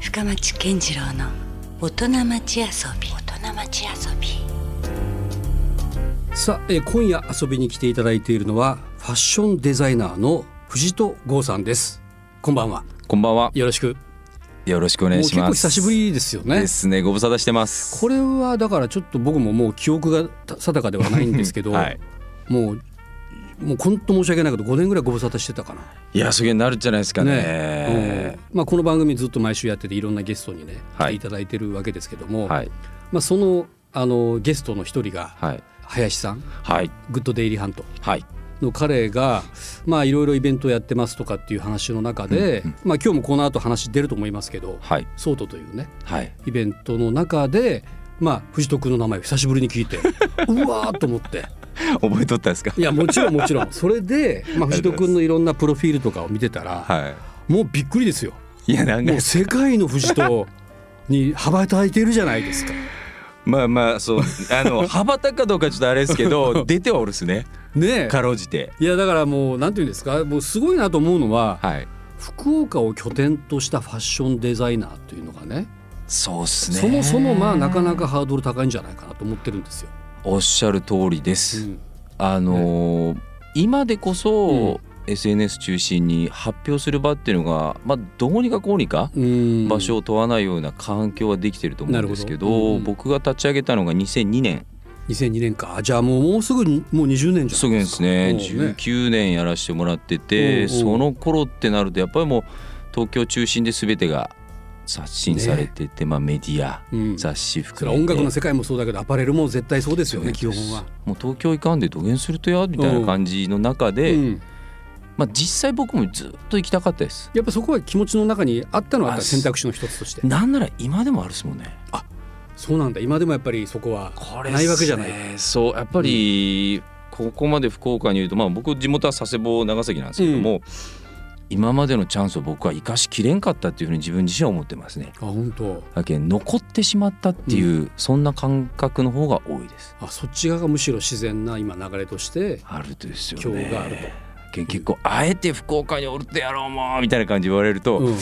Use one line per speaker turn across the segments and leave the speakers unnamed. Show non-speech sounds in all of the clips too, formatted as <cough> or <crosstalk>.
深町健次郎の大人町遊び大人町遊び
さあ、えー今夜遊びに来ていただいているのはファッションデザイナーの藤戸剛さんですこんばんは
こんばんは。
よろしく
よろしくお
も
願
う
い
結
しま
構
す。
久しぶりですよね
ですね。ご無沙汰してます。
これはだからちょっと僕ももう記憶が定かではないんですけど、
<laughs> はい。
もうもう本当申し訳ないけど5年ぐらいご無沙汰してたかない
や、そげになるんじゃないですかね。
うんまあ、この番組ずっと毎週やってていろんなゲストにね来
は
て
い
いただいてるわけですけども、
はい。
まあ、そのあのゲストの一人が
はい。
林さん
はい。
グッドデイリーハント
はい。
の彼がまあいろいろイベントやってますとかっていう話の中で、まあ、今日もこの後話出ると思いますけど
はい。
ソートというね <laughs>
はい。
イベントの中で、まあ、藤戸君の名前を久しぶりに
<laughs>
聞いてうわーっと思って
覚えとったですか
い。やもちろんもちろんそれで、まあ、藤戸君のいろんなプロフィールとかを見てたら、
は
もうびっくりですよ。
い。いや、なんか
もう、世界の藤とに羽ばたいているじゃないですか。
まあま
<laughs>
あ、そう、あの、羽ばたくかどうかちょっとあれですけど、出てはおるっすね。
ねえ
かろうじて。
いやだからもうなんていうんですかもうすごいなと思うのは、
はい。
福岡を拠点としたファッションデザイナーというのがね
そうっすね。
そもそもまあなかなかハードル高いんじゃないかなと思ってるんですよ。
おっしゃる通りです。
うん
あのー今でこそ、
うん
SNS 中心に発表する場っていうのが、まあ、どうにかこうにか
うん
場所を問わないような環境はできてると思うんですけど,、
なるほどうん
僕が立ち上げたのが2002年
2002年かじゃあもうもうすぐにもう20年じ
そ
ゃ
う
ない
で
です
す
か。
ね
もう
19年やらせてもらって
うんう
て
ん
その頃ってなるとやっぱりもう東京中心で全てが刷新されてて、まあ、メディア、
うん
雑誌
そ
含
れ
め
は
て
音楽の世界もそうだけどアパレルも絶対そうですよね基
そう
本
です
は。
もう東京行かんでどげんするとやみたいな感じの中で、
うん
まあ、実際僕もずっと行きたかったです。
やっぱそこは気持ちの中にあったのはやっぱり選択肢の一つとして。
なんなら今でもあるっすもんね。
そうなんだ今でもやっぱりそこは
これっすね
ないわけじゃない。
そうやっぱりここまで福岡にいると、まあ、僕地元は佐世保長崎なんですけども、今までのチャンスを僕は生かしきれんかったっていうふうに自分自身は思ってますね。
あ本当
だけど残ってしまったっていう、そんな感覚の方が多いです。
あそっち側がむしろ自然な今流れとして
あるとですよ
今日
ね。
があると。
け結構あえて福岡におるってやろうもうみたいな感じで言われると、い
うん
や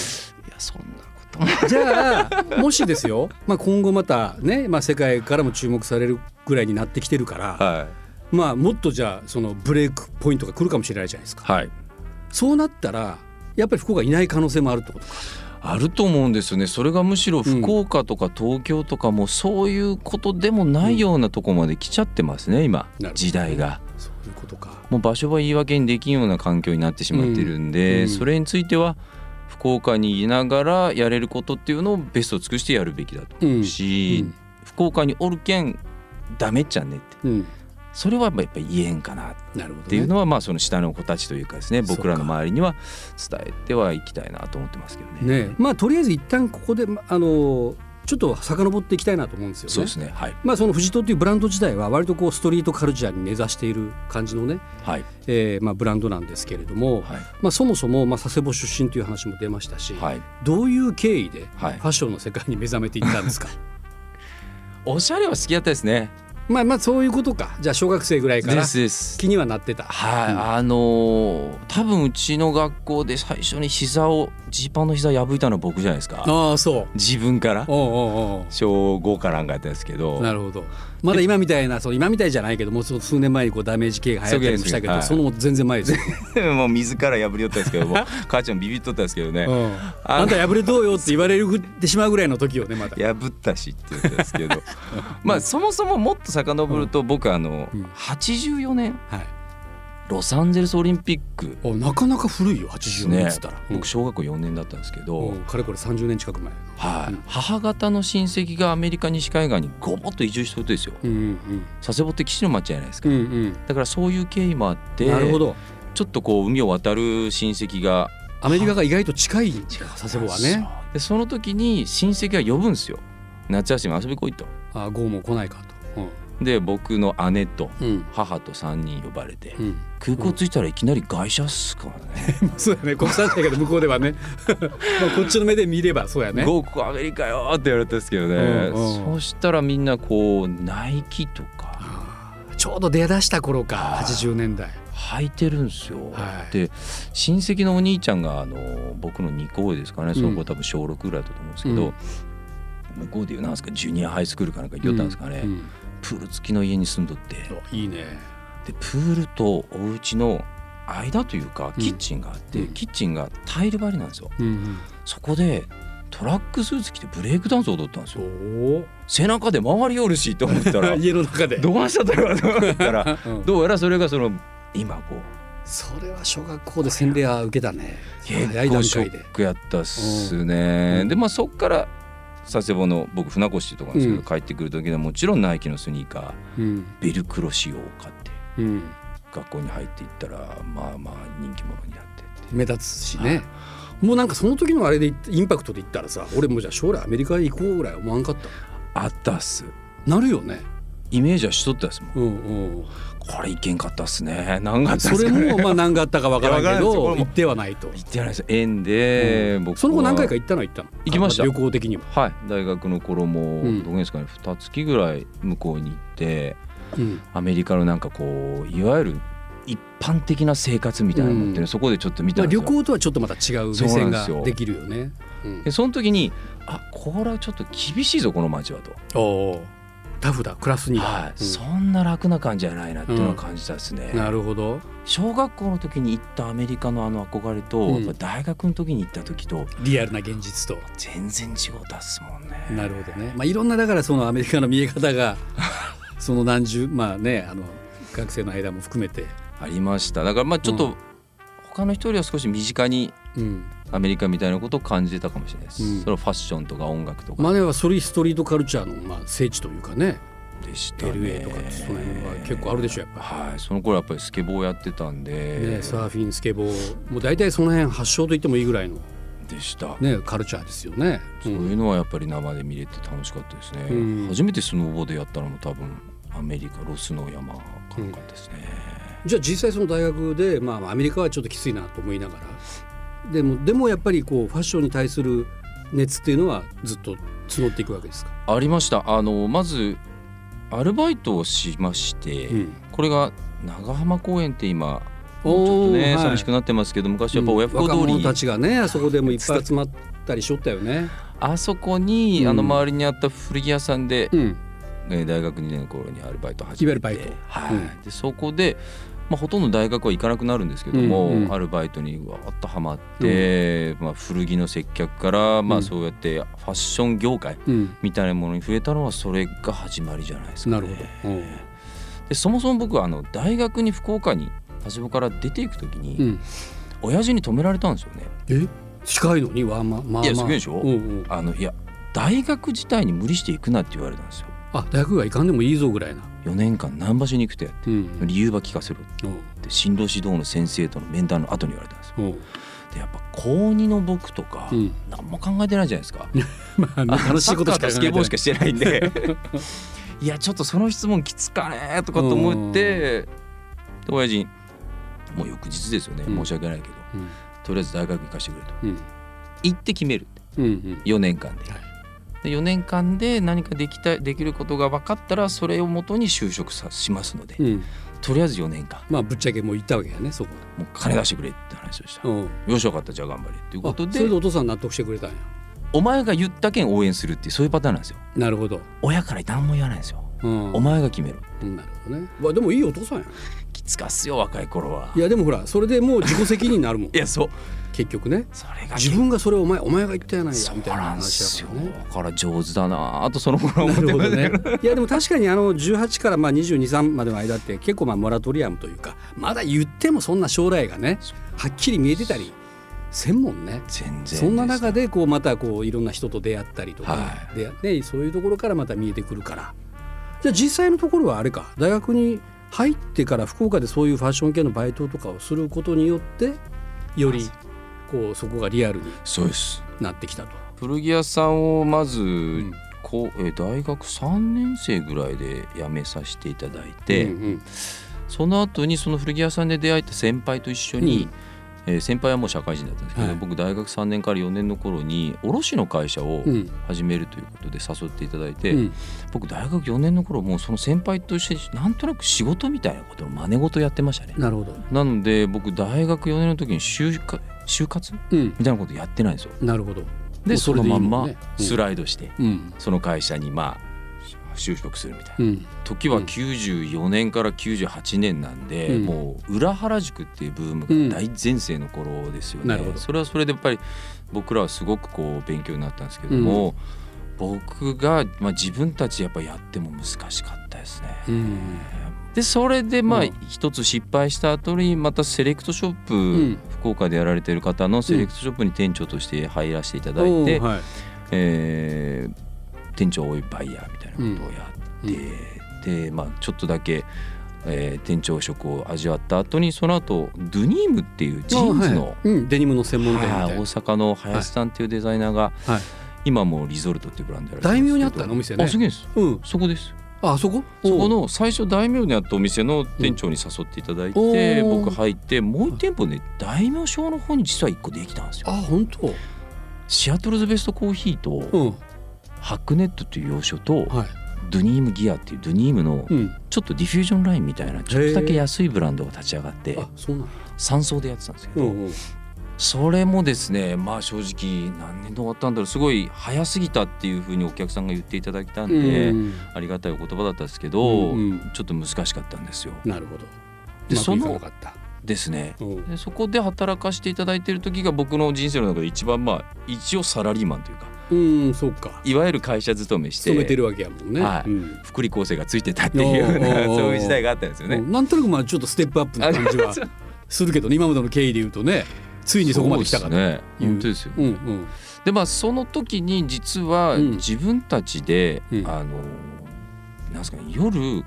そんなこと <laughs> も
じゃあもしですよ、まあ、今後またね、まあ、世界からも注目されるぐらいになってきてるから、
はい
まあ、もっとじゃあそのブレイクポイントが来るかもしれないじゃないですか
はい
そうなったらやっぱり福岡いない可能性もあるってことか
あると思うんですよねそれがむしろ福岡とか東京とかもそういうことでもないようなとこまで来ちゃってますね今
なるほど
時代が
そういうことか
もう場所は言い訳にできんような環境になってしまってるん
うん
で、
うん
それについては福岡にいながらやれることっていうのをベストを尽くしてやるべきだと
うん
思うし、
うん
福岡におるけんダメっちゃねって
うん
それはやっぱり言えんかなっ
なるほど、ね、
ていうのはまあその下の子たちというかですね
そうか
僕らの周りには伝えてはいきたいなと思ってますけどね。
ねえまあとりあえず一旦ここでまあのちょっと遡っていきたいなと思うんですよね。
そうですねはい、
まあ、その藤戸というブランド自体は割とこうストリートカルチャーに根ざしている感じのね、
はい
えーまあ、ブランドなんですけれども、
はい
まあ、そもそもまあ佐世保出身という話も出ましたし、
はい
どういう経緯でフ
はい
ァッションの世界に目覚めていったんですか
おしゃれは好きだったですね。
まあまあそういうことかじゃあ小学生ぐらいから
ですです。
気にはなってた。
はい、
うん
あのー多分うちの学校で最初に膝をジーパンの膝破いたのは僕じゃないですか。
ああそう
自分から
おうおう
小5からなんかやったんですけ
お
ど
う。なるほどまだ今みたいなそう今みたいじゃないけどもうちょっと数年前にこうダメージ系が流行ったりもしたけどそ,、
そう
の全然前
<laughs>
ですよ、
もう自ら破りよったんですけ
<laughs>
ど、もう母ちゃんビビっとったんですけどね。
うん、あ
の
んた破れどうよって言われるてしまうぐらいの時よねまだ。
破ったしって言ったんですけ
<laughs>
どまあそもそももっと遡ると僕あの
うん
84年
はい
ロサンゼルスオリンピック
おなかなか古いよ80年っつったら、
僕小学校4年だったんですけど、
うん、かれこれ30年近く前
はい
うん
母方の親戚がアメリカ西海岸にごぼっと移住してるとですよ
うんうん
佐世保って岸の町じゃないです
う
か、
んうん
だからそういう経緯もあって
なるほど
ちょっとこう海を渡る親戚が
アメリカが意外と近い佐世保はね
そうでその時に親戚が呼ぶんですよ夏休み遊び来いと
あゴーも来ないかと
で僕の姉と
うんうん
母と3人呼ばれて、
うん、
空港着いたらいきなり外車っすからね
そうだね国産だけど向こうでは <laughs> ねまあこっちの目で見ればそうや
「
ね
ゴークアメリカよ!」って言われたんですけどね、
うんうん
そしたらみんなこうナイキとか
あーちょうど出だした頃か80年代
履いてるんですよ、
はい
で親戚のお兄ちゃんがあの僕の2個上ですかねその子多分小6ぐらいだったと思うんですけど、向こうでいうなんですかジュニアハイスクールかなんか行きよったんですかね、
うん
プール付きの家に住んどって
あいいね。
でプールとお家の間というか
うん
キッチンがあって、
うん
キッチンがタイル張りなんですよ
うん
そこでトラックスーツ着てブレイクダンス踊ったんです
そ
よ
う。
背中で回りよるしと思ったら
<laughs> 家の中で。
どうしちゃったかと思ったら
うん
どうやらそれがその今こう
それは小学校で洗礼は受けたね。
結
早い段
構ショ
階で
ッ。クやったっすね、
うん
でまあそっから佐世保の僕船越っていうとこなんですけど、
うん
帰ってくる時にはもちろんナイキのスニーカ
うん
ーベルクロ仕様を買って
うん
学校に入っていったらまあまあ人気者になってって
目立つしね。もうなんかその時のあれで言ってインパクトで言ったらさ、俺もうじゃあ将来アメリカへ行こうぐらい思わんかった。
あったっす
なるよね。
イメージはしとったっすもん
うんうん。
これいけんかったっすね何があったっ
そ
す
れ
かね
もまあ何があったかわからんけ
いやわ
ど
からんですよこれも
行ってはないと。
行ってないです縁で、僕は
その後何回か行ったの行ったの。
行きました
あ旅行的にも。
はい大学の頃も、
うん
どうですかね2月ぐらい向こうに行って
うん
アメリカのなんかこういわゆる一般的な生活みたいなのって、ね
うん
そこでちょっと見た
まあ
んです
旅
よ、
行とはちょっとまた違う目
そうな
線
んで
が
すよ
できるよね。うん
でその時にあこれはちょっと厳しいぞこの街はと、
おータフだクラスにだ
はい
うん
そんな楽な感じじゃないなっていうのは感じたですね、
なるほど
小学校の時に行ったアメリカのあの憧れと、
うん
やっぱ大学の時に行った時と
リアルな現実と。
全然違うたっすもんね
なるほどね、まあ、いろんなだからそのアメリカの見え方
<laughs>
がその何十まあねあの学生の間も含めて、
ありましただからまあちょっ
う
と他の人よりは少し身近に
うん、
アメリカみたいなことを感じてたかもしれないです、
うん
それはファッションとか音楽とか
マネはソリストリートカルチャーのまあ聖地というかね
でしたね
LA とかってそういうのが結構あるでしょやっぱ、
はいその頃やっぱりスケボーをやってたんで、
ね、サーフィンスケボーもう大体その辺発祥と言ってもいいぐらいの、
でした、
ね、カルチャーですよね。
そういうのはやっぱり生で見れて楽しかったですね、
うん
初めてスノーボードやったのも多分アメリカロスの山かなんかですね、
じゃあ実際その大学で、まあ、アメリカはちょっときついなと思いながらでもでもやっぱりこうファッションに対する熱っていうのはずっと募っていくわけですか。
ありましたあのまずアルバイトをしまして、
うん
これが長浜公園って今も
おー
うちょっとね、
はい
寂しくなってますけど昔はやっぱ親不孝
うん
通
若
り、
者たちがねあそこでもいっぱい集まったりしょったよね。
あそこに、
うん
あの周りにあった古着屋さんで、
うん、
ね大学2年の頃にアルバイト始
いわゆ
めて
るバイト
はい
うん
でそこで、まあ、ほとんど大学は行かなくなるんですけども、
うんうん
アルバイトにわーっとはまって、まあ、古着の接客から、ま
う
あ、
ん
そうやってファッション業界
うん、
みたいなものに増えたのはそれが始まりじゃないですか、
な
ね。
るほど。うん
でそもそも僕はあの大学に福岡に田島から出ていく時に、
うん、
親父に止められたんですよね。
え近いのにわまあまあまあ。
いやすごいでしょ
うんうん、
あのいや大学自体に無理して行くなって言われたんですよ。
あ大学が行かんでもいいぞぐらいな。
4年間何場所に行くとやって
うんうん
理由は聞かせろ
うん
って進路指導の先生との面談の後に言われたんですよ
うん
でやっぱ高2の僕とか、
うん
何も考えてないじゃないですか
まあね、
あの
楽しいことし
サ
か
ッ
考え
カーとス
てな
ケボ
い
ーしかしてないんで
<laughs>
いやちょっとその質問きつかねーとかと思ってで親父にもう翌日ですよね、
うん
申し訳ないけど
うん
とりあえず大学行かせてくれと
うん
行って決める
うんうん
4年間で
はい
で4年間で何かできたできることが分かったらそれをもとに就職さしますので、
うん、
とりあえず4年間
まあぶっちゃけもう行ったわけやねそこは
もう金出してくれって話をした、
うん、
よし分かったじゃあ頑張れっていう
あ
ことで
それでお父さん納得してくれたんや
お前が言ったけん応援するっていうそういうパターンなんですよ
なるほど、
親から何も言わないんですよ
うん、
お前が決めろ
うんなるほどねまあでもいいお父さんや
きつかっすよ若い頃はい
やでもほらそれでもう自己責任になるもん
<laughs> いやそう
結局ね
それが
自分がそれをお前お前が言ったやないや
そう
みたいな
なんです
話だ
よ
からね
だから上手だなあとその頃は思っ
な
て
るほ
ま
ど
す
ね。
<laughs>
いやでも確かにあの18からまあ223までの間って結構まあモラトリアムというかまだ言ってもそんな将来がねはっきり見えてたりせんもんね。
全然です
そんな中でこうまたこういろんな人と出会ったりとか、
は
でね、そういうところからまた見えてくるからじゃあ実際のところはあれか大学に入ってから福岡でそういうファッション系のバイトとかをすることによってよりこうそこがリアルに
そうです
なってきたと。
古着屋さんをまず、
ん
こうえー大学3年生ぐらいで辞めさせていただいて、
うんうん
その後にその古着屋さんで出会えた先輩と一緒に、えー先輩はもう社会人だったんですけど、
はい
僕大学3年から4年の頃に卸の会社を
うん
始めるということで誘っていただいて、
うん
僕大学4年の頃もうその先輩としてなんとなく仕事みたいなことの真似事やってましたね。
なるほど
なので僕大学4年の時に就活就活
うん
みたいなことやってないんですよ。
なるほども
で
う
そ
それ
の
でいい
ま
も
ん
んね
ま
うん
スライドして
うん
その会社にまあ就職するみたいな
うん
時は94年から98年なんで、
うん
もう裏原宿っていうブームが大全盛の頃ですよ
うんな
ね、
るほど
それはそれでやっぱり僕らはすごくこう勉強になったんですけども、僕が、まあ、自分たちやっぱやっても難しかったですね。
うん
でそれでまあ
うん
一つ失敗した後にまたセレクトショップ、
ん
福岡でやられてる方のセレクトショップに店長として入らせていただいて、
おーはい
えー店長おいバイヤーみたいなことをやって、で、まあ、ちょっとだけ、えー店長職を味わった後にその後ドゥニームっていうジーンズの、
あはいうんデニムの専門店み
は
た
い
い
大
な
阪の林さんっていうデザイナーが、
はい
今もうリゾルトっていうブランドやられて
大
るんです
名
け
に
ど
あったのお店ね
あすげえです
うん
そこです
ああそこ
そこ
おう
の最初大名にあったお店の店長に誘っていただいて、
うんおー
僕入ってもう一店舗ね大名小の方に実は一個できたんですよ
あ本当
シアトルズベストコーヒーと、
うん
ハックネットという洋書と、
はい
ドゥニームギアっていうドゥニームの
うん
ちょっとディフュージョンラインみたいなちょっとだけ安いブランドが立ち上がって
あそうなんだ
三層でやってたんですけ
う
ど、
んうん
それもですねまあ正直何年で終わったんだろうすごい早すぎたっていうふうにお客さんが言っていただいたんで、
うん
ありがたいお言葉だったんですけど、
うんうん
ちょっと難しかったんですよ。
なるほどうまく
で
いか
その
なかった
ですね。
うん
でそこで働かせていただいている時が僕の人生の中で一番まあ一応サラリーマンというか
うんそうか
いわゆる会社勤めして
勤めてるわけやもんね
はい
うん
福利厚生がついてたっていうよう
お
な
ーおー
そういう時代があったんですよね。
うんなんとなくまあちょっとステップアップな感じはす <laughs> るけどね今までの経緯で言うとねついにそこまで来たか
そ
ら
うですね。
うん
本当ですよ。
うんうん
でまあその時に実は
うん
自分たちで、
うん
あのなんですかね夜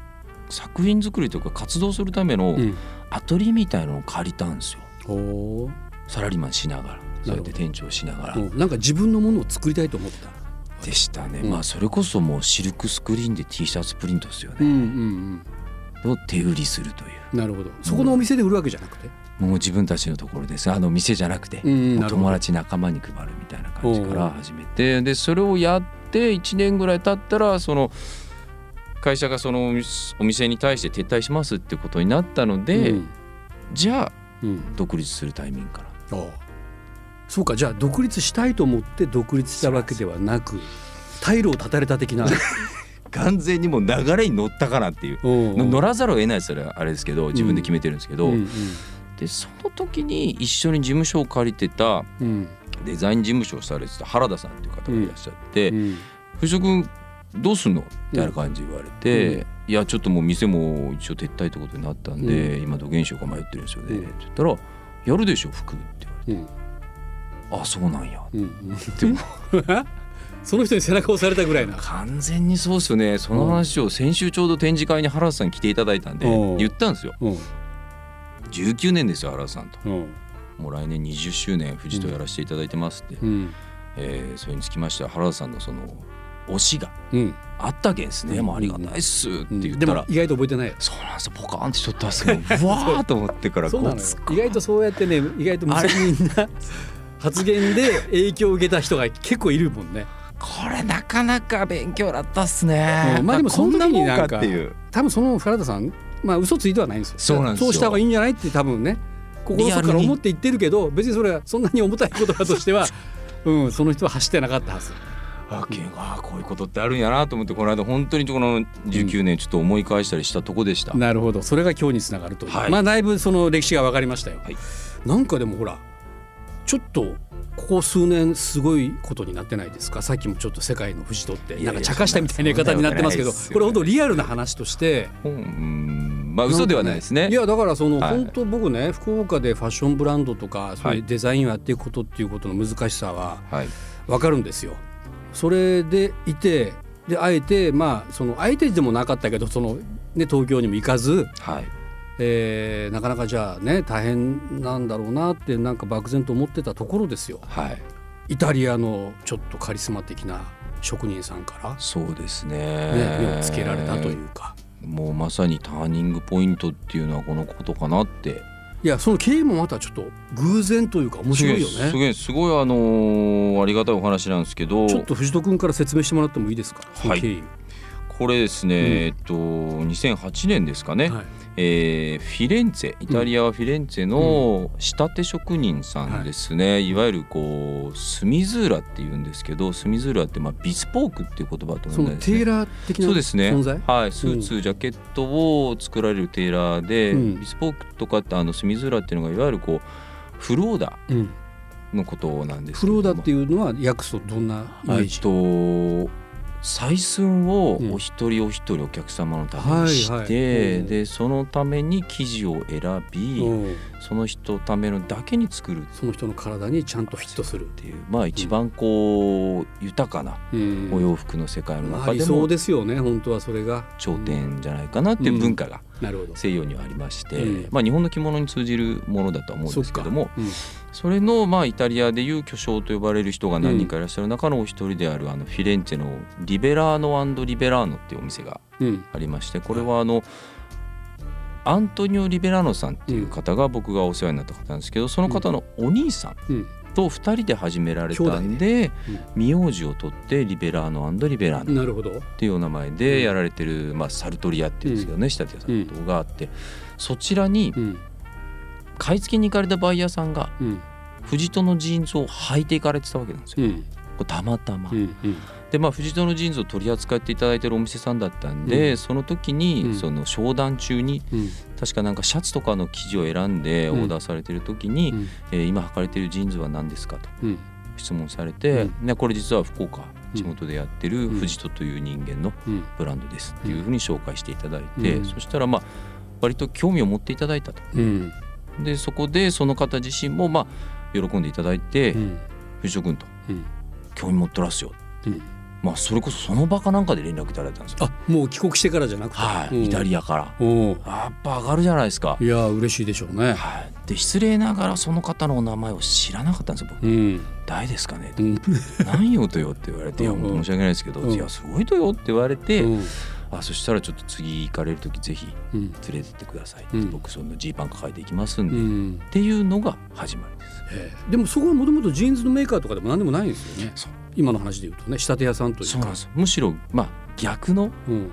作品作りとか活動するための
うん
アトリエみたいなのを借りたんですよ。
ほ
サラリーマンしながら、
ほど
そうやって店長しなが
う
ら
うんなんか自分のものを作りたいと思った
でしたね。
うん
まあそれこそもうシルクスクリーンで T シャツプリントですよ
うんう
ね。
ん
を手売りするという。
うんなるほどそこのお店で売るわけじゃなくて
もう自分たちのところですあの店じゃなくて、
うん
も
な
う
るほ
友
ど
達仲間に配るみたいな感じか
おうお
ら
う
始めてでそれをやって1年ぐらい経ったらその会社がそのお店に対して撤退しますってことになったので、
うん
じゃあ
うん
独立するタイミングから
ああそうかじゃあ独立したいと思って独立したわけではなく退路を断たれた的
<laughs>
な
完全にもう流れに乗ったかなっていうの乗
野
らざるを得ないそれはあれですけど自分で決めてるんですけど、
うん
でその時に一緒に事務所を借りてた
うん
デザイン事務所をされてた原田さんっていう方がいらっしゃって、
うん
藤尾君どうすんの?」みたいな感じで言われて「
うん
いやちょっともう店も一応撤退ってことになったんで、
う
今どげんしようか迷ってるんですよね」
うん
って言ったら「やるでしょ服」って言われて
うん
「あそうなんや
うんうん」
でも
<laughs> その人に背中を押されたぐらいな
完全にそうですよねその話を先週ちょうど展示会に原田さん来ていただいたんで
うん
言ったんですよ
うん
19年ですよ原田さんと
うん
もう来年20周年藤とやらせていただいてますって、
うん
えーそれにつきましては原田さんのその推しが
うん
あったけんですね、
うん
もうありがたいっすって
うん
言っ
で
たら
も、意外と覚えてないよ
そうなんですよポカーンってしとったんですけどう <laughs> わーと思ってから
そうな
ご
のよ
つ
意外とそうやってね意外と無責任な発言で影響を受けた人が結構いるもんね
これなかなか勉強だったっすね、
うんまあでもその時になんか
こなもっていう
多分その原田さんまあ嘘ついてはないんですよ
そうなんですよ
そうした方がいいんじゃないって多分ね心の底から
リアルに
思って言ってるけど別にそれはそんなに重たい言葉として
<laughs>
はうんその人は走ってなかったはず
あけんあこういうことってあるんやなと思ってこの間本当にこの19年ちょっと思い返したりしたとこでした、
なるほどそれが今日につながるという、
はい
まあだいぶその歴史が分かりましたよ、
はい
なんかでもほらちょっとここ数年すごいことになってないですかさっきもちょっと世界の富士とって
いやい
な
や
んか茶化したみたいな言い方になってますけど
そんなことないですよ
これ本当リアルな話として
うんまあ嘘ではないですね
いやだからその
はい
本当僕ね福岡でファッションブランドとかそういうデザインをやっていくことっていうことの難しさは
はい
分かるんですよ。それでいてであえてまあその相手でもなかったけどそのね東京にも行かず
はい
えーなかなかじゃあね大変なんだろうなってなんか漠然と思ってたところですよ
はい
イタリアのちょっとカリスマ的な職人さんか
そうですね
ら、ね目をつけられたというか、
もうまさにターニングポイントっていうのはこのことかなって
いやその経緯もまたちょっと偶然というか面
す
白
ご
い
い
よ
す
ね
ごいすごいあのーありがたいお話なんですけど
ちょっと藤戸君から説明してもらってもいいですかその経緯
これですね、えっと2008年ですかね、
はい
えーフィレンツェイタリアはフィレンツェの仕立て職人さんですね、い、わゆるこうスミズーラっていうんですけどスミズーラってまあビスポークっていう言葉だと
そ
思うん
の
です
テ
ね
ーラー的な
そうですね
存在
はい、スーツ、ジャケットを作られるテーラーで、
うん
ビスポークとかってあのスミズーラっていうのがいわゆるこうフローダ
うん
のことなんです
フ
けれ
ロー
ども
ダっていうのは訳すとどんなイメージ
えっと採寸を
うん
お一人お一人お客様のためにして、
はいはいうん
でそのために生地を選び、
うん
その人ためのだけに作るっ
その人の体にちゃんとフィットする、
ていうまあ一番こう豊かな
うん
お洋服の世界の
まあ
中
理
で
想
も
ですよね本当はそれが
頂点じゃないかなっていう文化が
なるほど
西洋にはありまして、
うん
まあ、日本の着物に通じるものだとは思うんですけども
うん
それのまあイタリアでいう巨匠と呼ばれる人が何人かいらっしゃる中のお一人であるあのフィレンツェのリベラーノリベラーノっていうお店が
うん
ありましてこれはあのアントニオ・リベラーノさんっていう方が僕がお世話になった方なんですけどその方のお兄さん
うん
と2人で始められたんで
兄弟
名字を取ってリベラーノリベラーノ
なるほど
っていうお名前でやられてる、まあ、サルトリアっていうんですけどね仕立て屋さんのことがあってそちらに
うん
買い付けに行かれたバイヤーさんが
うん
藤戸のジーンズを履いていかれてたわけなんですよ、
うん
これたまたま。
うんうん
でまあ藤戸のジーンズを取り扱っていただいてるお店さんだったんで、
うん
その時に、
うん
その商談中に
うん
確かなんかシャツとかの生地を選んでオ
うん
ーダーされてる時に「
うん
えー今履かれてるジーンズは何ですか?」と
うん
質問されて、ね、これ実は福岡
うん
地元でやってる
うん
藤戸という人間の
うん
ブランドですっていうふうに紹介していただいて、
うん
そしたらまあ割と興味を持っていただいたと。
うん
でそこでその方自身もまあ喜んでいただいて、藤戸君と
うん
興味持っとらっすよ、
うん
まあ、それこそその場かなんかで連絡いただいたんですよ
あもう帰国してからじゃなくて
はい、
うん
イタリアから
おう
やっぱ上がるじゃないですか、
いや嬉しいでしょうね
はい、で失礼ながらその方のお名前を知らなかったんですよ僕
うん
「誰ですかね?」
う
と
ん
「何よとよ」って言われて「いや
うん
本当申し訳ないですけど、
うん
いやすごいとよ」って言われて、
うん
あそしたらちょっと次行かれる時ぜひ
うん
連れてってください、
うん
僕そのジーパン抱えていきますん
う
で、っ
ん
ていうのが始まりです。
ええでもそこはもともとジーンズのメーカーとかでも何でもないんですよね
そう
今の話で言うとね仕立て屋さんというか
そうなんですむしろ、まあ、逆の
うん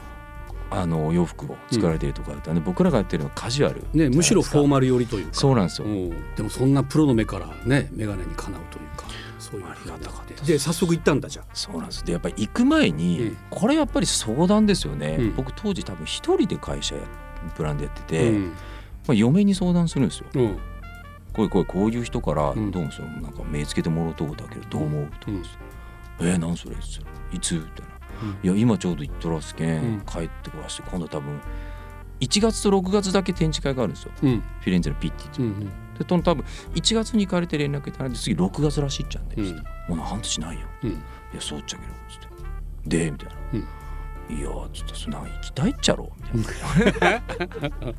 あのお洋服を作られているとかだったらね、僕らがやってるのはカジュアル
ね、むしろフォー
マ
マル寄りというか
そうなんですよ、
うんでもそんなプロの目からね眼鏡にかなうというかそういう
ありがたかったです
で早速行ったんだじゃあ
そうなんですでやっぱり行く前に、
うん
これやっぱり相談ですよね、
うん
僕当時多分一人で会社やブランドやってて、
うん
まあ、嫁に相談するんですよ
うん
「これこれこういう人からど
ん
うもそのなんか目つけてもらうとこだけどどう思う?」とかです「えー、なんそれ?」っつったらいつ?」みたいな「いや今ちょうど行っとらすけん、
うん
帰ってこらして今度多分1月と6月だけ展示会があるんですよ
うん
フィレンツェのピッティって
う
いうんでその多分1月に行かれて連絡いただいて次6月らしいっちゃうんで
うん
す、もう半年ないよ」
うん
いやそうっちゃけど」つって「で?」みたいな「
うん
いやーちょっとそんなん行きたいっちゃろ」みたいな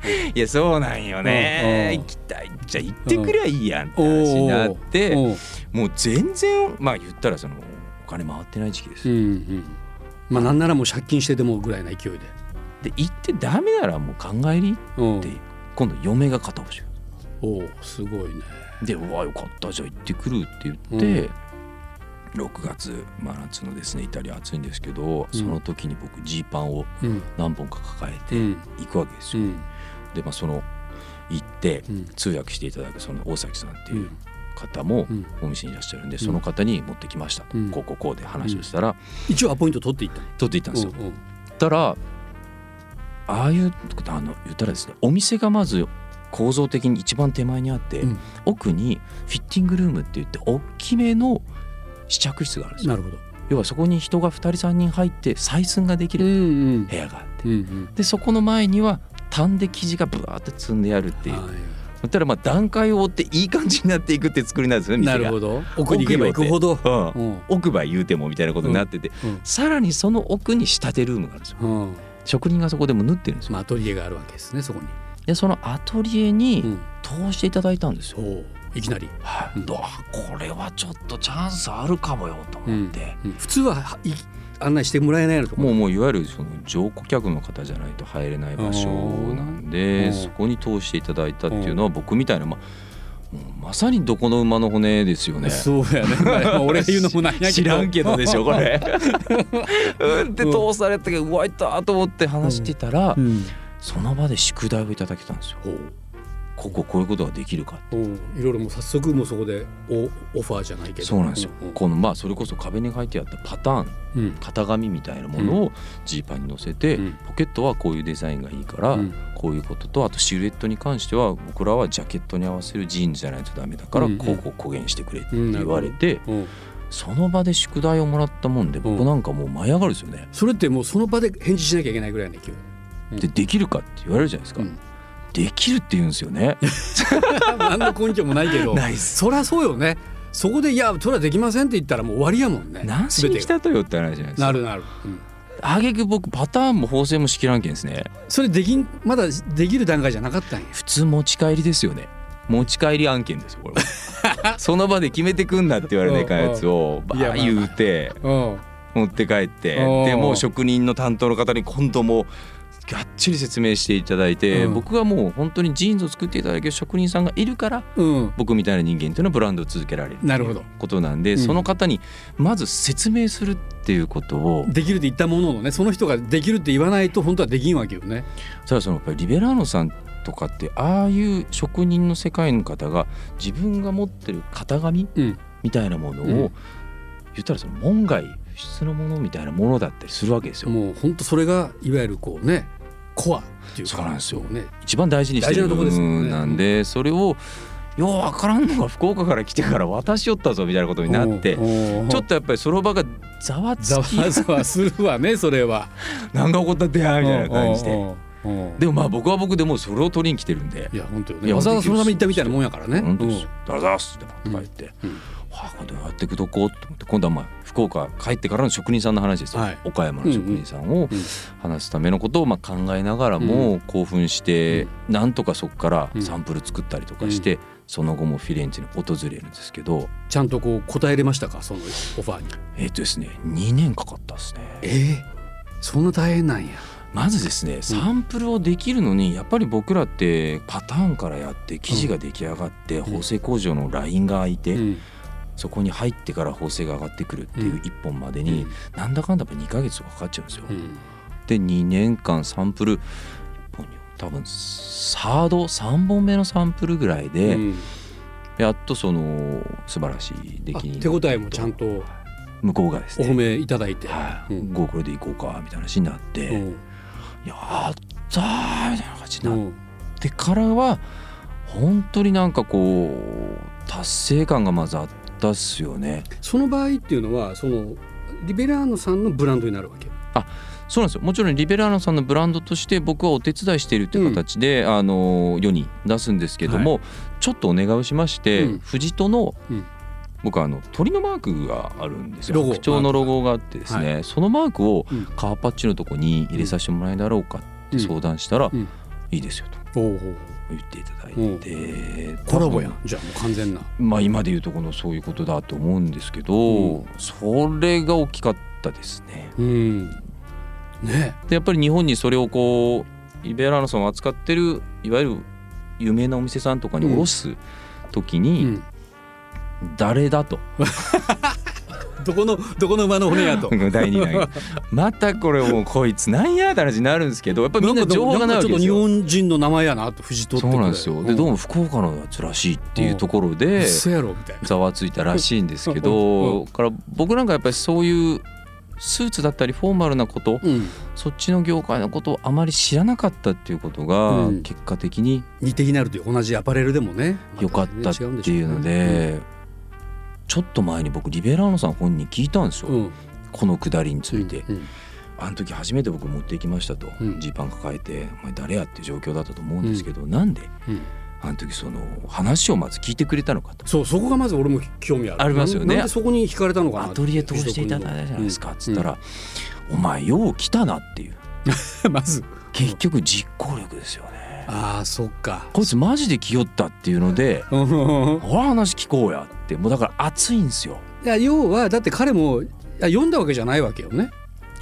「 <laughs> いやそうなんよ
うん
ね
うん
行きたいじゃあ行ってくりゃいいやん」って話になって
おー
もう全然まあ言ったらそのお金回ってない時期です
うんう
よ
んまあなんならもう借金してでもぐらいな勢いで
で行ってダメならもう考えりっ
うん
て今度嫁が片押し
おーすごいね
で「うわよかったじゃあ行ってくる」って言って。6月、まあ、夏のですねイタリア暑いんですけど、その時に僕ジーパンを
うん
何本か抱え
う
て
ん
行くわけです
う
よ。
ん
で、まあ、その行って
うん
通訳していただくその大崎さんって
う
いうん方も
うん
お店にいらっしゃるんで、その方に持ってきましたと、
うん
こうこうこうで話をしたら、
一応アポイント取っていった
取っていったんですよ。
うんうん
たらああいうあの言ったらですねお店がまず構造的に一番手前にあって、
うん
奥にフィッティングルームって言って大きめの試着室があるんですよ
なるほど
要はそこに人が2人3人入って採寸ができ
うん
る
うん
部屋があって、
うん
でそこの前には単で生地がブワーって積んであるって
うん
いう
は
そしたらまあ段階を追っていい感じになっていくって作りなんですよ
い
ね店
な
が
るほど奥に行けば行くほど
ど、う、
うんん
奥歯言うてもみたいなことになってて、
うん
さらにその奥に仕立てルームがあるんですよ
うん
職人がそこでも縫ってるんですよ
まあアトリエがあるわけですねそこに
でそのアトリエ
う
に
ん
通していただいたんですよ、
そういきなり、
はい
うん
うわこれはちょっとチャンスあるかもよと思って、
うん普通ははい案内してもらえないようなとこ
もうもういわゆるその乗顧客の方じゃないと入れない場所なん
う
で
ん
そこに通していただいたっていうのは僕みたいな、まあ、もうまさにどこの馬の骨ですよね。
そうやね、 <laughs> まあ俺が言うのもない <laughs> やけど
知らんけどでしょこれ。うんで
うん
通されたけどうわいったと思って話してたら、
うん
その場で宿題をいただけたんですよ。こここういうことができるか
うん、いろいろもう早速もうそこでおオファーじゃないけど
そうなんですよ、
うん
このまあそれこそ壁に書いてあったパターン
うん
型紙みたいなものをジーパンに載せて、
うん
ポケットはこういうデザインがいいから、
うん
こういうこととあとシルエットに関しては僕らはジャケットに合わせるジーンズじゃないとダメだから、
うんうん
こうこう公言してくれって
うんなる
言
ほど
われて、
うん
その場で宿題をもらったもんで
うん
僕なんかもう舞い上がるんですよね。
それってもうその場で返事しなきゃいけないぐらいの勢い、うん
でできるかって言われるじゃないですか、
うん
できるって言うんですよ
<laughs>
ね。
何の根拠もないけど
ないっす
そりゃそうよねそこで「いやそれはできません」って言ったらもう終わりやもんね
何しに来
全て
たとよって話じゃないです
がな
か。
るなる、うん
あげく僕パターンも縫製もしきらんけんですね。
それできんまだできる段階じゃなかったんや
普通持ち帰りですよね持ち帰り案件ですよこれ
<laughs>
その場で決めてくんなって言われてかやつをバ
いやまあ
ー言うて
うん
持って帰って
おう
でもう職人の担当の方に今度もうがっちり説明していただいて、
うん
僕はもう本当にジーンズを作っていただける職人さんがいるから
うん
僕みたいな人間というのはブランドを続けられる
なるほど
ことなんで、
うん
その方にまず説明するっていうことを
できるって言ったもののねその人ができるって言わないと本当はできんわけよね
ただそのやっぱりリベラーノさんとかってああいう職人の世界の方が自分が持ってる型紙
うん
みたいなものを、
うん
言ったらその門外不出のものみたいなものだったりするわけですよ。
もう本当それがいわゆるこうねコアっていうか
そうなんですよ
ね
一番大事にして
大
る
事な
部
とこですよね
分なんでそれをようわからんのが福岡から来てから渡しよったぞみたいなことになって
お。ーおー
ちょっとやっぱりその場がざわつ
ざわ
き
ざわするわねそれは。
何が起こったってやみたいな感じ
う
で
んうんうん
でもまあ僕は僕でもうそれを取りに来てるんで
いや本当よ
い
ね。
や
わざわざそのために行ったみたいなもんやからね。
本当ですよ。ありがとうございますって言って、
うんうん
はあ、今度やってくとこうと思って今度はまあ福岡帰ってからの職人さんの話ですよ、
はい
岡山の職人さんを
うん
話すためのことをまあ考えながらも興奮して、なんとかそこから
うん
サンプル作ったりとかして、その後もフィレンツェに訪れるんですけど、
ちゃんとこう答えれましたかそのオファーに。
えっ、とですね2年かかったですね。
ええそんな大変なんや。
まずですねサンプルをできるのにやっぱり僕らってパターンからやって生地が出来上がって
ん
縫製工場のラインが空いて、
うん
そこに入ってから縫製が上がってくるっていう一本までに、なんだかんだやっぱ2ヶ月とかかかっちゃうんですよ。
うん
で2年間サンプル一本に多分サード3本目のサンプルぐらいで、
うん
やっとその素晴らしい出
あ
来に
手応えもちゃんと
向こうがです
お
ね
褒めいただい
「
て。
はい、
うん
ゴーこれでいこうか」みたいな話になって
う
「
ん
やったー!」みたいな感じに
う
なっ
ん
てからは本当になんかこう達成感がまずあったっすよね。
その場合っていうのはそのリベラーノさんのブランドになるわけ。
そうなんですよもちろんリベラーノさんのブランドとして僕はお手伝いしているという形で、あの世に出すんですけども、ちょっとお願いをしまして、
うん
フジトの、
うん
僕はあの鳥のマークがあるんですよ
ロゴ
白鳥のロゴがあってですね、そのマークを
うん
カーパッチのとこに入れさせてもらえだろうかって相談したら、
うんうん
いいですよと
おお。
言っていただいて、
コラボやん。じゃあもう完全な。
まあ、今でいうとこのそういうことだと思うんですけど、
う
それが大きかったですね。
うん。ね。
でやっぱり日本にそれをこうイベラーノさんを扱ってるいわゆる有名なお店さんとかに卸す時
う
に
ん。
誰だと、
どこの <laughs> どこの馬の骨やと。
<laughs> 第2弾またこれもうこいつなんやって話になるんですけどやっぱりみんな情報がないわけです
ちょっ
よ。
と日本人の名前やなと藤戸って
そうなんですよでどうも福岡のやつらしいっていうところで
そやろみたいな。
ざわついたらしいんですけ
うんう
どから僕なんかやっぱりそういうスーツだったりフォーマルなこと
うん。
そっちの業界のことをあまり知らなかったっていうことが
うん
結果的に
似て非なるという同じアパレルでもね。
良かったっていうのでちょっと前に僕リベラーノさん本人に聞いたんですよ、
うん。うん。
このくだりについて、
うん。
あの時初めて僕持って行きましたと
うん
ジー、パン抱えて「お前誰や?」って状況だったと思うんですけど、なんで
うん
あの時その話をまず聞いてくれたのかと。
そうそこがまず俺も興味ある。
ありますよね
なんなんでそこに惹かれたのかな
ア
って。
トリエ通していただいたじゃないですかっつったら「お前よう来たな」っていう
うんまず。
結局実行力ですよね
ああそっか。
こいつマジで来よったっていうので
うんうんうん
「ほら話聞こうや」ってもうだから熱いんですよ
いや要はだって彼もいや読んだわけじゃないわけよね。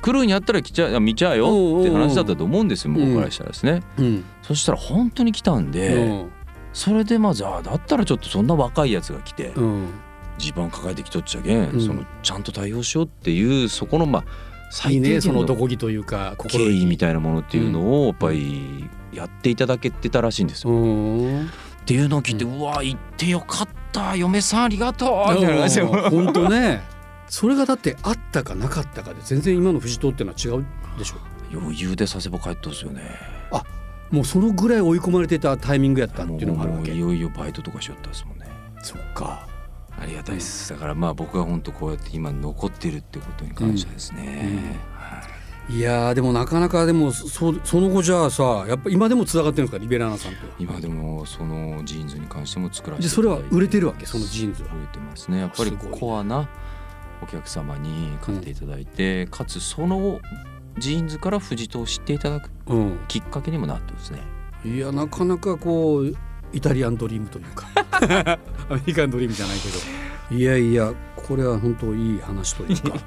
来るんやったら来ちゃ見ちゃうよって話だったと思うんですよ
んうん
向こうからしたらですね、
うん
そしたら本当に来たんで、それでまずあだったらちょっとそんな若いやつが来て
うん
地盤抱えてきとっちゃけん、
うん
そのちゃんと対応しようっていうそこのまあ
いい
最低
ねそ
限
の
の
どこぎというか
敬意み
い
たいなものっていうのをやっぱりやっていただけてたらしいんですよ。
うん
っていうのを聞いて、うわ行ってよかった嫁さんありがとうみたいな感じで
本当ねそれがだってあったかなかったかで全然今の藤戸ってのは違うでしょ
余裕で佐世保帰ったんですよね。
もうそのぐらい追い込まれてたタイミングやったって
も
いううのがあるわ
もう
け
いよいよバイトとかしよったですもんね。
そっか
ありがたいです。だからまあ僕が本当こうやって今残ってるってことに感謝ですね。
いやーでもなかなかでもそその後じゃあさやっぱ今でもつながってるんですかリベラーナさんとは
今でもそのジーンズに関しても作らせて
でそれはい
ただい
売れてるわけそのジーンズは
売れてますねやっぱり
すごいね
コアなお客様に買っていただいて、かつそのジーンズから藤戸を知っていただく
うん
きっかけにもなってますね
いやなかなかこうイタリアンドリームという
<laughs>
かアメリカンドリームじゃないけどいやいやこれは本当いい話と
<laughs>
いうか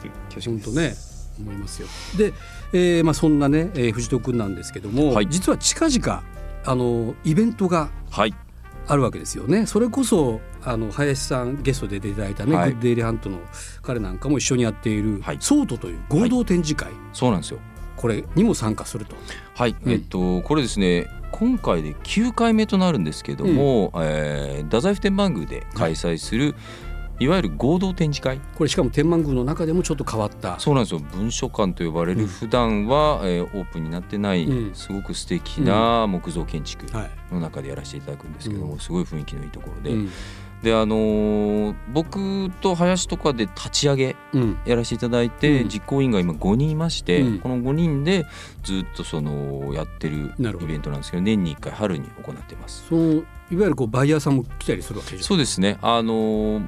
本当ね思いますよ。で、えーまあ、そんなね、えー藤戸君なんですけども、
はい
実は近々あのイベントが
はい
あるわけですよね。それこそあの林さんゲストで出ていただいたね、
はい
グッデイリーハントの彼なんかも一緒にやっている、
はい
ソートという合同展示会、
そうなんですよ
これにも参加すると。
はい、
うん
えっとこれですね今回で9回目となるんですけども、えー太宰府天満宮で開催する、いわゆる合同展示会
これしかも天満宮の中でもちょっと変わった。
そうなんですよ文書館と呼ばれ
うん
る普段は、えーオープンになってない、
うん
すごく素敵な木造建築
はい
の中でやらせていただくんですけども、
う
すごい雰囲気のいいところで、
うん
であのー僕と林とかで立ち上げ
うん
やらせていただいて、
うん
実行委員が今5人いまして、
うん
この5人でずっとそのやってる
なるほ
イ
ど
ベントなんですけど年に1回春に行ってます。
そのいわゆるこうバイヤーさんも来たりするわけじゃん。
そうですねあのー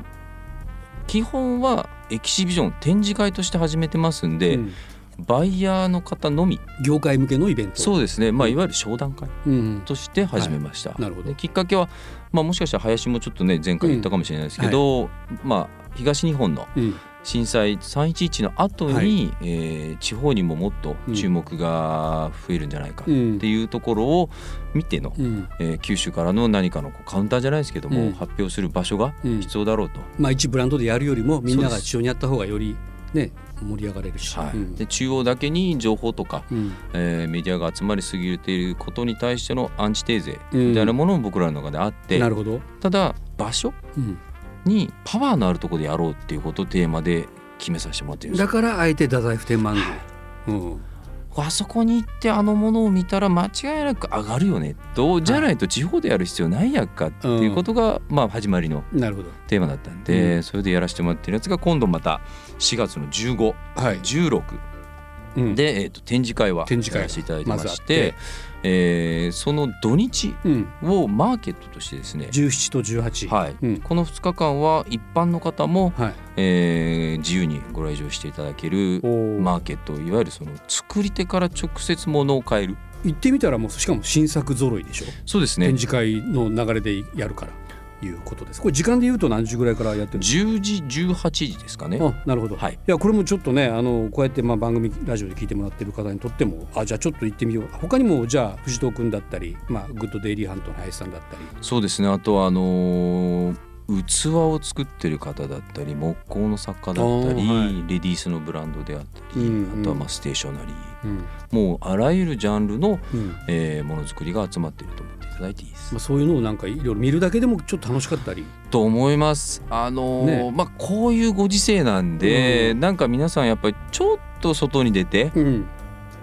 基本はエキシビジョン展示会として始めてますんで、
うん
バイヤーの方のみ
業界向けのイベント。
そうですね、まあ、いわゆる商談会
うん
として始めました、
いなるほど
できっかけは、まあ、もしかしたら林もちょっとね前回言ったかもしれないですけど、まあ、東日本の
うん
震災311の後に、
はい
えー地方にももっと注目が増えるんじゃないかっていうところを見ての、
うん
えー九州からの何かのこうカウンターじゃないですけども、
うん
発表する場所が
うん
必要だろうと。
まあ一ブランドでやるよりもみんな
そう
が
です
一緒にやった方がよりね盛り上がれるし。
はい
うん
で中央だけに情報とか、
うん
えーメディアが集まりすぎていることに対してのアンチテーゼみたいなものも僕らの中であって、
なるほど。
ただ場所
うん
にパワーのあるところでやろうっていうことをテーマで決めさせてもらってるんです
だ
よ
からあえて太宰府天満宮。うん
あそこに行ってあのものを見たら間違いなく上がるよねどうじゃないと地方でやる必要ないやっかっていうことが、まあ始まりの
なるほど。
テーマだったんで、
う
それでやらせてもらってるやつが今度また4月の1516、
はいうん
で、えー、と展示会は
展示会
やらせていただいてま
まずあ
し,、
ってて
えーその土日
うん
をマーケットとしてですね、
十七と十八。
はい
うん
この2日間は一般の方も、
はい。
えー自由にご来場していただける
おま
マーケットいわゆるその作り手から直接物を買える
行ってみたらもうしかも新作揃いでしょ。
そうですね
展示会の流れでやるからいうことです。これ時間で言うと何時ぐらいからやってるんですか
10時18時ですかね
あなるほど、
はい
いやこれもちょっとねあのこうやってまあ番組ラジオで聞いてもらってる方にとってもあじゃあちょっと行ってみよう他にもじゃあ藤戸君だったり、まあ、グッドデイリーハントの林さんだったり
そうですねあとはあのー器を作ってる方だったり木工の作家だったり、
あーは
レディースのブランドであったり、
うんうん
あとはまあステーショナリー
うん
もうあらゆるジャンルの、
うんま
えーものづくりが集まっていると思っていただいていいです。
あ、そういうのをなんかいろいろ見るだけでもちょっと楽しかったり、
と思います。あのー
ね
まあこういうご時世なんで、
うん
なんか皆さんやっぱりちょっと外に出て
うん、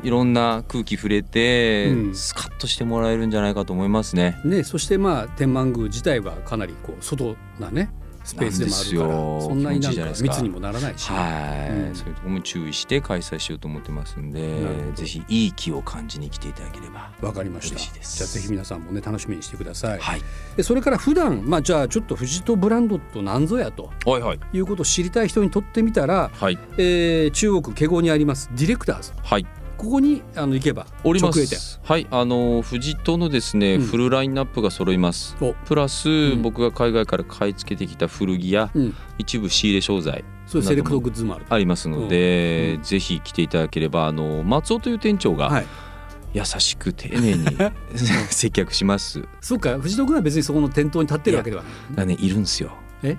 いろんな空気触れて、
うん
スカッとしてもらえるんじゃないかと思いますね。
ねそしてまあ天満宮自体はかなりこう外なねスペースでもあるからそな
なんんですよ
に
気持ちい
ないん
じゃ
か
ないですか
密にもならないし、
はい、
うん
そういうところも注意して開催しようと思ってますん
なるほど
で、ぜひいい気を感じに来ていただければ。
わかりました
嬉しいです
じゃあぜひ皆さんもね楽しみにしてください、
はい、
でそれから普段まあじゃあちょっと藤戸ブランドと何ぞやと
はい、はい、
いうことを知りたい人にとってみたら
はい、
えー中国華豪にありますディレクターズ
はい、
ここにあの行けば
おりま
直営店
す。はい、あの藤戸のですね、
うん
フルラインナップが揃います。
お
プラス、
ん
僕が海外から買い付けてきた古着や、
うん、
一部仕入れ商材
そういうセレクトグッズもあると
ありますので、ぜひ来ていただければあの松尾という店長が
はい、
優しく丁寧 <laughs> に接客します。
そうか藤戸君は別にそこの店頭に立ってるわけではない
がねいるんですよ。
え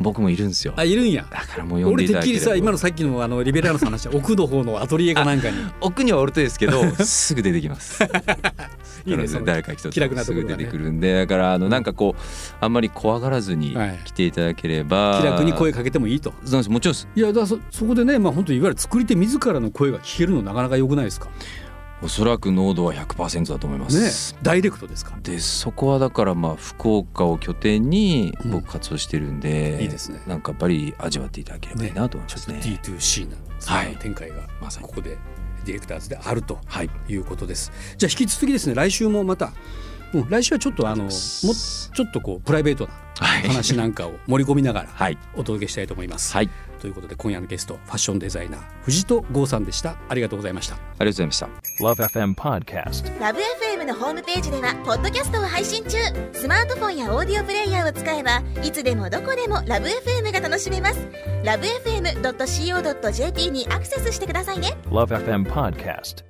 僕もいるんですよ。
あいるんや
だからもう呼ん
俺
でい
て
た
っ
だ
き
け
り
れ
さ
ば
今のさっきのあのリベラルさんの話は奥の方のアトリエかなん
<laughs>
かに
奥にはおるとですけど <laughs> すぐ出てきます。
いいね
な
その
ので誰か一つ
気楽なと
す
ころ
ぐ
がね
出てくるんでだからあのなんかこうあんまり怖がらずに
はい
来ていただければ、
気楽に声かけてもいいと
そうなんですもちろんです
いやだからそそこでねまあ本当いわゆる作り手自らの声が聞けるのなかなか良くないですか
おそらく濃度は100%だと思いま
ね
す。
ダイレクトですか
でそこはだからまあ福岡を拠点に
うん
僕活動してるんで、
いいですね
なんかやっぱり味わっていただければいいなと思いますね。
ちょっと D2C なそ
はい
んな展開が
まさに
ここでディレクターズであると
はい。
いうことです。じゃあ引き続きですね来週もまた、うん、来週はちょっとあのもうちょっとこうプライベートな
はい
話なんかを盛り込みながら
<laughs> はい
お届けしたいと思います。
はい。
ということで今夜のゲストファッションデザイナー藤戸剛さんでしたありがとうございました。
ありがとうございました。
Love FM Podcast.
ラブ f m のホームページではポッドキャストを配信中スマートフォンやオーディオプレイヤーを使えばいつでもどこでもラブ f m が楽しめますラブ FM.co.jp にアクセスしてくださいね
Love FM Podcast.